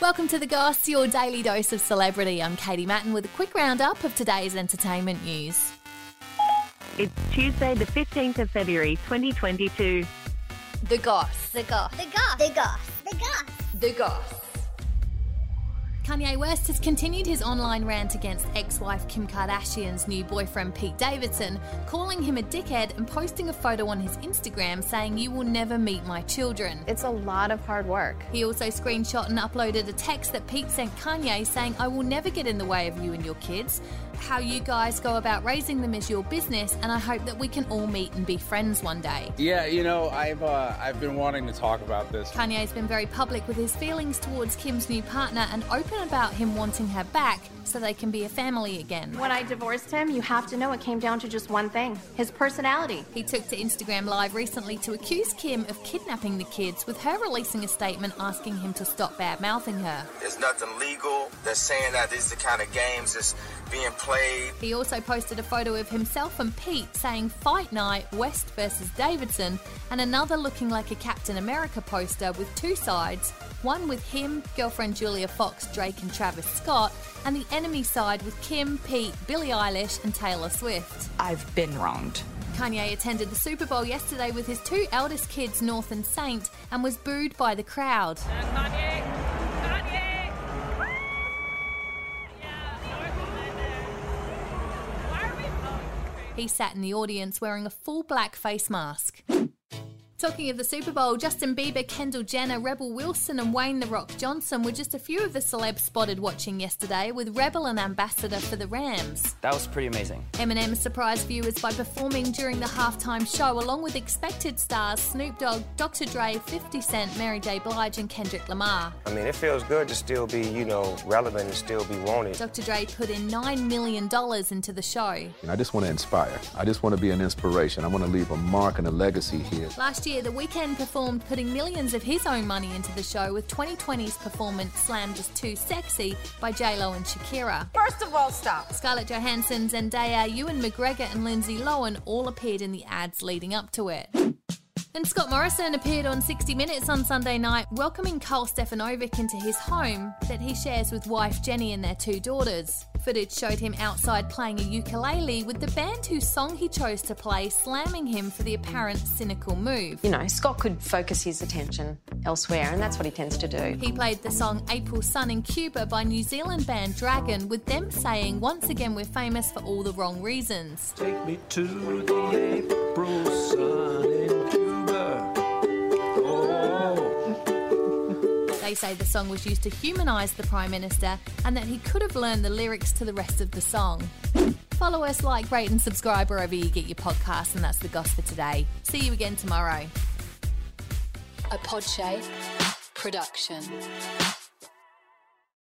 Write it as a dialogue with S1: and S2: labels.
S1: Welcome to The Goss, your daily dose of celebrity. I'm Katie Matten with a quick roundup of today's entertainment news.
S2: It's Tuesday, the 15th of February, 2022.
S1: The Goss. The Goss.
S3: The goth. The goth. The goth.
S1: The Goss. Kanye West has continued his online rant against ex wife Kim Kardashian's new boyfriend Pete Davidson, calling him a dickhead and posting a photo on his Instagram saying, You will never meet my children.
S4: It's a lot of hard work.
S1: He also screenshot and uploaded a text that Pete sent Kanye saying, I will never get in the way of you and your kids. How you guys go about raising them is your business, and I hope that we can all meet and be friends one day.
S5: Yeah, you know, I've uh, I've been wanting to talk about this.
S1: Kanye's been very public with his feelings towards Kim's new partner and open about him wanting her back so they can be a family again.
S6: When I divorced him, you have to know it came down to just one thing his personality.
S1: He took to Instagram Live recently to accuse Kim of kidnapping the kids, with her releasing a statement asking him to stop bad mouthing her.
S7: There's nothing legal that's saying that this is the kind of games that's being played.
S1: He also posted a photo of himself and Pete saying Fight Night West versus Davidson, and another looking like a Captain America poster with two sides one with him, girlfriend Julia Fox, Drake, and Travis Scott, and the enemy side with Kim, Pete, Billie Eilish, and Taylor Swift.
S8: I've been wronged.
S1: Kanye attended the Super Bowl yesterday with his two eldest kids, North and Saint, and was booed by the crowd. He sat in the audience wearing a full black face mask. Talking of the Super Bowl, Justin Bieber, Kendall Jenner, Rebel Wilson, and Wayne The Rock Johnson were just a few of the celebs spotted watching yesterday, with Rebel an ambassador for the Rams.
S9: That was pretty amazing.
S1: Eminem surprised viewers by performing during the halftime show along with expected stars Snoop Dogg, Dr. Dre, 50 Cent, Mary J. Blige, and Kendrick Lamar.
S10: I mean, it feels good to still be, you know, relevant and still be wanted.
S1: Dr. Dre put in $9 million into the show.
S11: And I just want to inspire. I just want to be an inspiration. I want to leave a mark and a legacy here.
S1: Last year, The Weeknd performed putting millions of his own money into the show with 2020's performance Slam Just Too Sexy by J-Lo and Shakira.
S12: First of all, stop.
S1: Scarlett Johansson, Zendaya, Ewan McGregor, and Lindsay Lohan all appeared in the ads leading up to it. And Scott Morrison appeared on 60 Minutes on Sunday night, welcoming Carl Stefanovic into his home that he shares with wife Jenny and their two daughters. Footage showed him outside playing a ukulele with the band whose song he chose to play slamming him for the apparent cynical move.
S13: You know, Scott could focus his attention elsewhere, and that's what he tends to do.
S1: He played the song April Sun in Cuba by New Zealand band Dragon, with them saying, Once again, we're famous for all the wrong reasons.
S14: Take me to the April Sun in Cuba. Oh,
S1: They say the song was used to humanise the Prime Minister and that he could have learned the lyrics to the rest of the song. Follow us, like, rate, and subscribe wherever you get your podcast, and that's the goss for today. See you again tomorrow.
S15: A Podshape production.